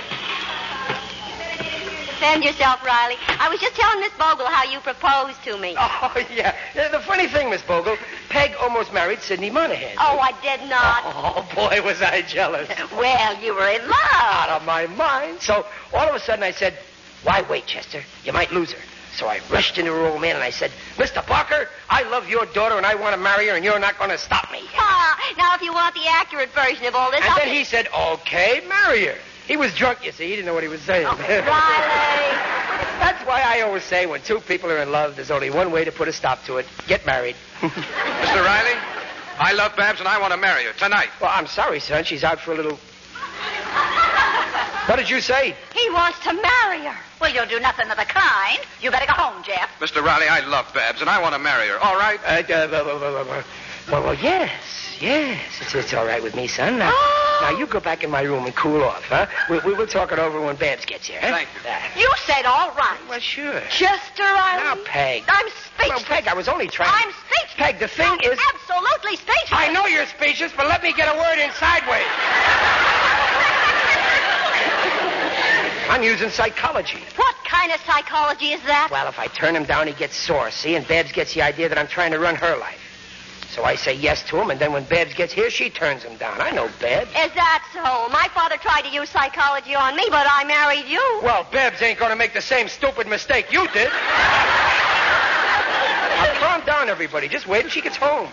Defend yourself, Riley. I was just telling Miss Bogle how you proposed to me. Oh, yeah. Yeah, The funny thing, Miss Bogle, Peg almost married Sidney Monahan. Oh, I did not. Oh, boy, was I jealous. Well, you were in love. Out of my mind. So all of a sudden I said, Why wait, Chester? You might lose her. So I rushed into her old man and I said, Mr. Parker, I love your daughter and I want to marry her and you're not going to stop me. Ah, now, if you want the accurate version of all this, And I'll then be- he said, Okay, marry her. He was drunk, you see. He didn't know what he was saying. That's why I always say when two people are in love, there's only one way to put a stop to it get married. Mr. Riley, I love Babs and I want to marry her tonight. Well, I'm sorry, son. She's out for a little. What did you say? He wants to marry her. Well, you'll do nothing of the kind. You better go home, Jeff. Mr. Riley, I love Babs and I want to marry her. All right? Uh, uh, well, well, well, well, well, well, yes, yes. It's, it's all right with me, son. Now, now, you go back in my room and cool off, huh? We, we will talk it over when Babs gets here, huh? Thank you. You said all right. eh? Ah. Well, sure. Chester, I... Now, Peg. I'm speechless. Well, Peg, I was only trying. I'm speechless. Peg, the thing I'm is- Absolutely speechless. I know you're speechless, but let me get a word in sideways. I'm using psychology. What kind of psychology is that? Well, if I turn him down, he gets sore, see? And Babs gets the idea that I'm trying to run her life. So I say yes to him, and then when Babs gets here, she turns him down. I know Babs. Is that so? My father tried to use psychology on me, but I married you. Well, Babs ain't going to make the same stupid mistake you did. now, calm down, everybody. Just wait till she gets home.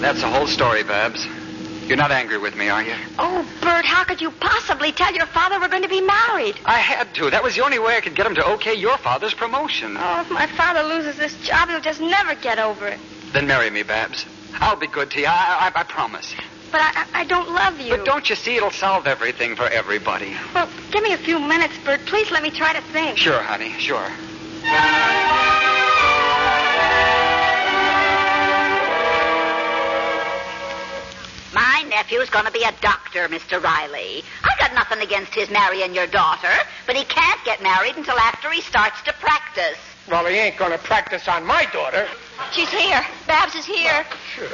That's the whole story, Babs. You're not angry with me, are you? Oh, Bert, how could you possibly tell your father we're going to be married? I had to. That was the only way I could get him to okay your father's promotion. Oh, if my father loses this job, he'll just never get over it. Then marry me, Babs. I'll be good to you. I, I, I promise. But I, I I don't love you. But don't you see, it'll solve everything for everybody. Well, give me a few minutes, Bert. Please let me try to think. Sure, honey, sure. My nephew's going to be a doctor, Mr. Riley. I've got nothing against his marrying your daughter, but he can't get married until after he starts to practice. Well, he ain't going to practice on my daughter. She's here. Babs is here. Sure.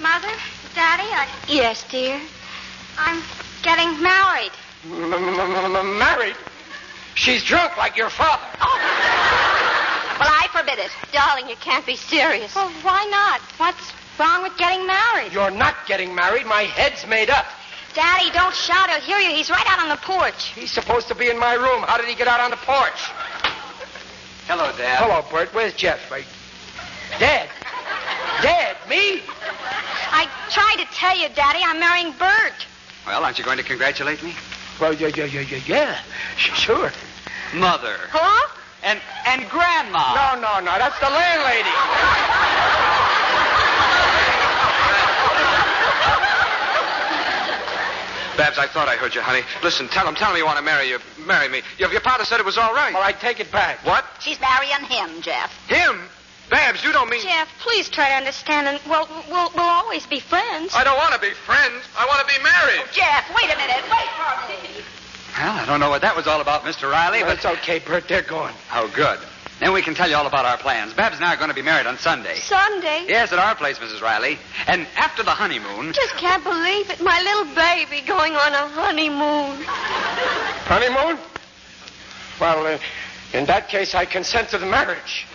Mother, Daddy, I... Yes, dear. I'm getting married. Married? She's drunk like your father. Well, I forbid it. Darling, you can't be serious. Well, why not? What's wrong with getting married? You're not getting married. My head's made up. Daddy, don't shout. He'll hear you. He's right out on the porch. He's supposed to be in my room. How did he get out on the porch? Hello, Dad. Hello, Bert. Where's Jeff? I... Dad? Dad? Me? I tried to tell you, Daddy, I'm marrying Bert. Well, aren't you going to congratulate me? Well, yeah, yeah, yeah, yeah, yeah. Sure. Mother. Huh? And and Grandma. No, no, no. That's the landlady. Babs, I thought I heard you, honey. Listen, tell him, tell him you want to marry you, marry me. Your, your father said it was all right. Well, I take it back. What? She's marrying him, Jeff. Him? Babs, you don't mean. Jeff, please try to understand, and well, we'll, we'll always be friends. I don't want to be friends. I want to be married. Oh, Jeff, wait a minute. Wait for me. Well, I don't know what that was all about, Mr. Riley, but. It's okay, Bert. They're going. Oh, good. Then we can tell you all about our plans. Babs and I are going to be married on Sunday. Sunday. Yes, at our place, Mrs. Riley. And after the honeymoon. Just can't believe it. My little baby going on a honeymoon. Honeymoon? Well, uh, in that case, I consent to the marriage.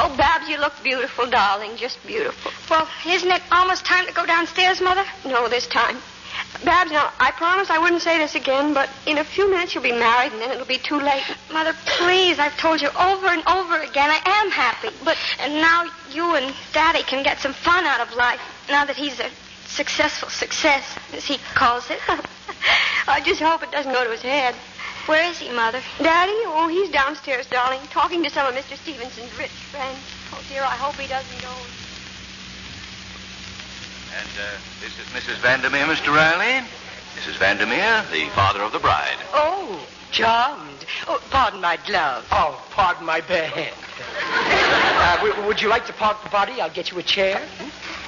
Oh, Babs, you look beautiful, darling. Just beautiful. Well, isn't it almost time to go downstairs, Mother? No, this time. Babs, now, I promise I wouldn't say this again, but in a few minutes you'll be married, and then it'll be too late. Mother, please, I've told you over and over again, I am happy. But and now you and Daddy can get some fun out of life. Now that he's a successful success, as he calls it. I just hope it doesn't go to his head. Where is he, Mother? Daddy? Oh, he's downstairs, darling, talking to some of Mr. Stevenson's rich friends. Oh, dear, I hope he doesn't know. And uh, this is Mrs. Vandermeer, Mr. Riley. Mrs. Vandermeer, the father of the bride. Oh, charmed. Oh, pardon my glove. Oh, pardon my bare hand. uh, w- would you like to park the body? I'll get you a chair.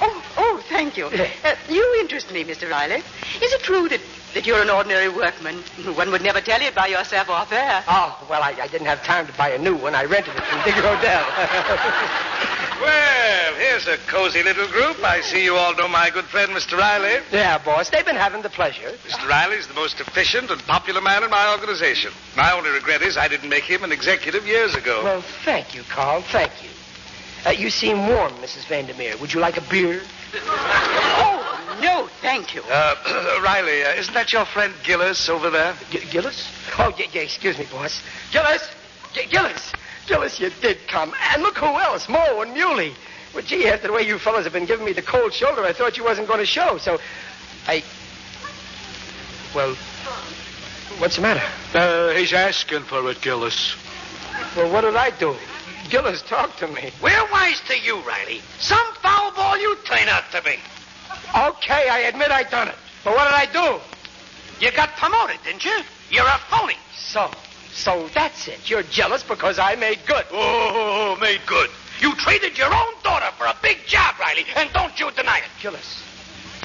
Oh, oh, thank you. Uh, you interest me, Mr. Riley. Is it true that, that you're an ordinary workman? One would never tell it by yourself off air. Oh, well, I, I didn't have time to buy a new one. I rented it from Dick Rodell. Well, here's a cozy little group. I see you all know my good friend, Mr. Riley. yeah, boss, they've been having the pleasure. Mr. Riley's the most efficient and popular man in my organization. My only regret is I didn't make him an executive years ago. Well, thank you, Carl. Thank you. Uh, you seem warm, Mrs. Vandermeer. Would you like a beer? Oh, no, thank you. Uh, Riley, uh, isn't that your friend Gillis over there? Gillis? Oh, yeah, yeah, excuse me, boss. Gillis! G- Gillis! Gillis, you did come. And look who else, Moe and Muley. Well, gee, after the way you fellas have been giving me the cold shoulder, I thought you wasn't going to show, so I... Well, what's the matter? Uh, he's asking for it, Gillis. Well, what did I do? Gillis, talk to me. We're wise to you, Riley. Some foul ball you turn out to be. Okay, I admit I done it. But what did I do? You got promoted, didn't you? You're a phony. So, so that's it. You're jealous because I made good. Oh, made good. You traded your own daughter for a big job, Riley, and don't you deny it. Gillis,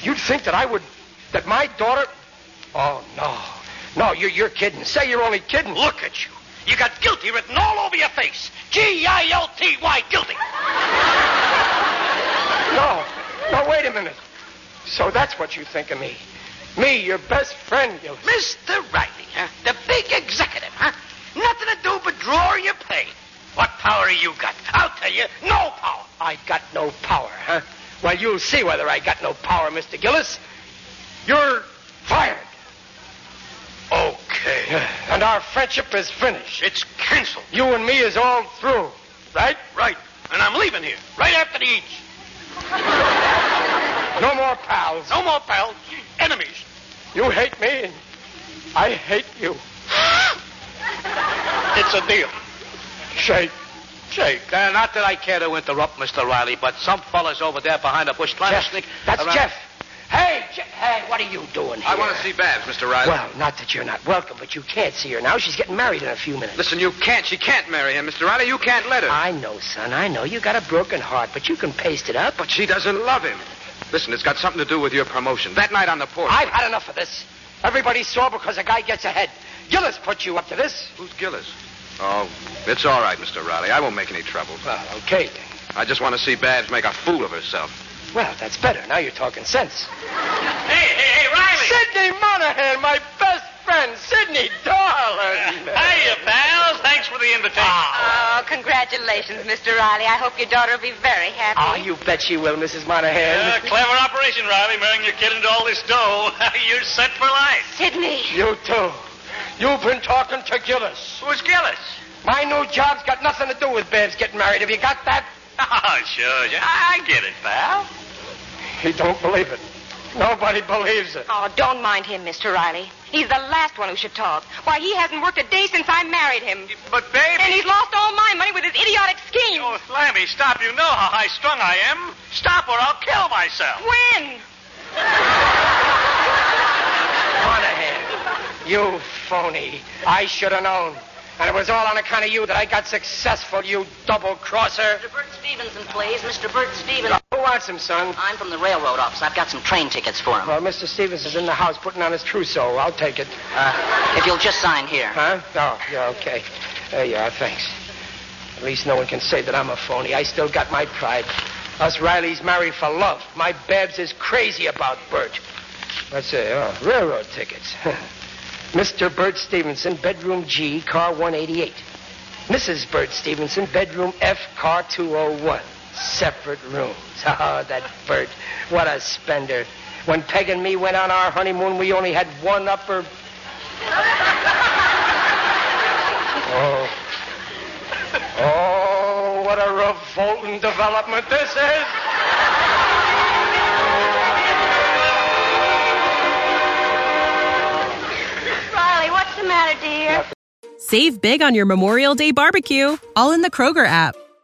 you'd think that I would... That my daughter... Oh, no. No, you're, you're kidding. Say you're only kidding. Look at you. You got guilty written all over your face. G-I-L-T-Y, guilty. No, no, wait a minute. So that's what you think of me. Me, your best friend, Gillis. Mr. Riley, huh? The big executive, huh? Nothing to do but draw your pay. What power you got? I'll tell you, no power. I got no power, huh? Well, you'll see whether I got no power, Mr. Gillis. You're fired. Okay. And our friendship is finished. It's canceled. You and me is all through, right? Right. And I'm leaving here, right after the eats. No more pals. No more pals. Enemies. You hate me, and I hate you. It's a deal. Shake. Jake, uh, not that I care to interrupt, Mr. Riley, but some fella's over there behind the bush trying Jeff, to sneak. that's around- Jeff. Hey, Je- hey, what are you doing here? I want to see Babs, Mr. Riley. Well, not that you're not welcome, but you can't see her now. She's getting married in a few minutes. Listen, you can't. She can't marry him, Mr. Riley. You can't let her. I know, son. I know. You got a broken heart, but you can paste it up. But she doesn't love him. Listen, it's got something to do with your promotion. That night on the porch. I've had enough of this. Everybody's sore because a guy gets ahead. Gillis put you up to this. Who's Gillis? Oh, it's all right, Mr. Riley. I won't make any trouble. Well, okay. I just want to see Babs make a fool of herself. Well, that's better. Now you're talking sense. Hey, hey, hey, Riley. Sidney Monahan, my best friend, Sidney, darling. Hiya, pals. Thanks for the invitation. Oh, congratulations, Mr. Riley. I hope your daughter will be very happy. Ah, you bet she will, Mrs. Monahan. Uh, Yeah, clever operation, Riley, marrying your kid into all this dough. You're set for life. Sidney. You too. You've been talking to Gillis. Who's Gillis? My new job's got nothing to do with Babs getting married. Have you got that? Oh, sure, sure. I get it, pal. He don't believe it. Nobody believes it. Oh, don't mind him, Mr. Riley. He's the last one who should talk. Why, he hasn't worked a day since I married him. But, baby. And he's lost all my money with his idiotic scheme. Oh, Lammy, stop. You know how high strung I am. Stop or I'll kill myself. When? Monahan, you phony. I should have known. And it was all on account of you that I got successful, you double crosser. Mr. Bert Stevenson, please. Mr. Bert Stevenson. Who wants him, son? I'm from the railroad office. I've got some train tickets for him. Well, Mr. Stevens is in the house putting on his trousseau. I'll take it. Uh, if you'll just sign here. Huh? No, yeah, okay. There you are, thanks. At least no one can say that I'm a phony. I still got my pride. Us Riley's married for love. My Babs is crazy about Bert. Let's see, oh, railroad tickets. Mr. Bert Stevenson, bedroom G, car 188. Mrs. Bert Stevenson, bedroom F, car 201. Separate rooms. Oh, that Bert. What a spender. When Peg and me went on our honeymoon, we only had one upper. Oh. Oh, what a revolting development this is. Riley, what's the matter, dear? Save big on your Memorial Day barbecue, all in the Kroger app.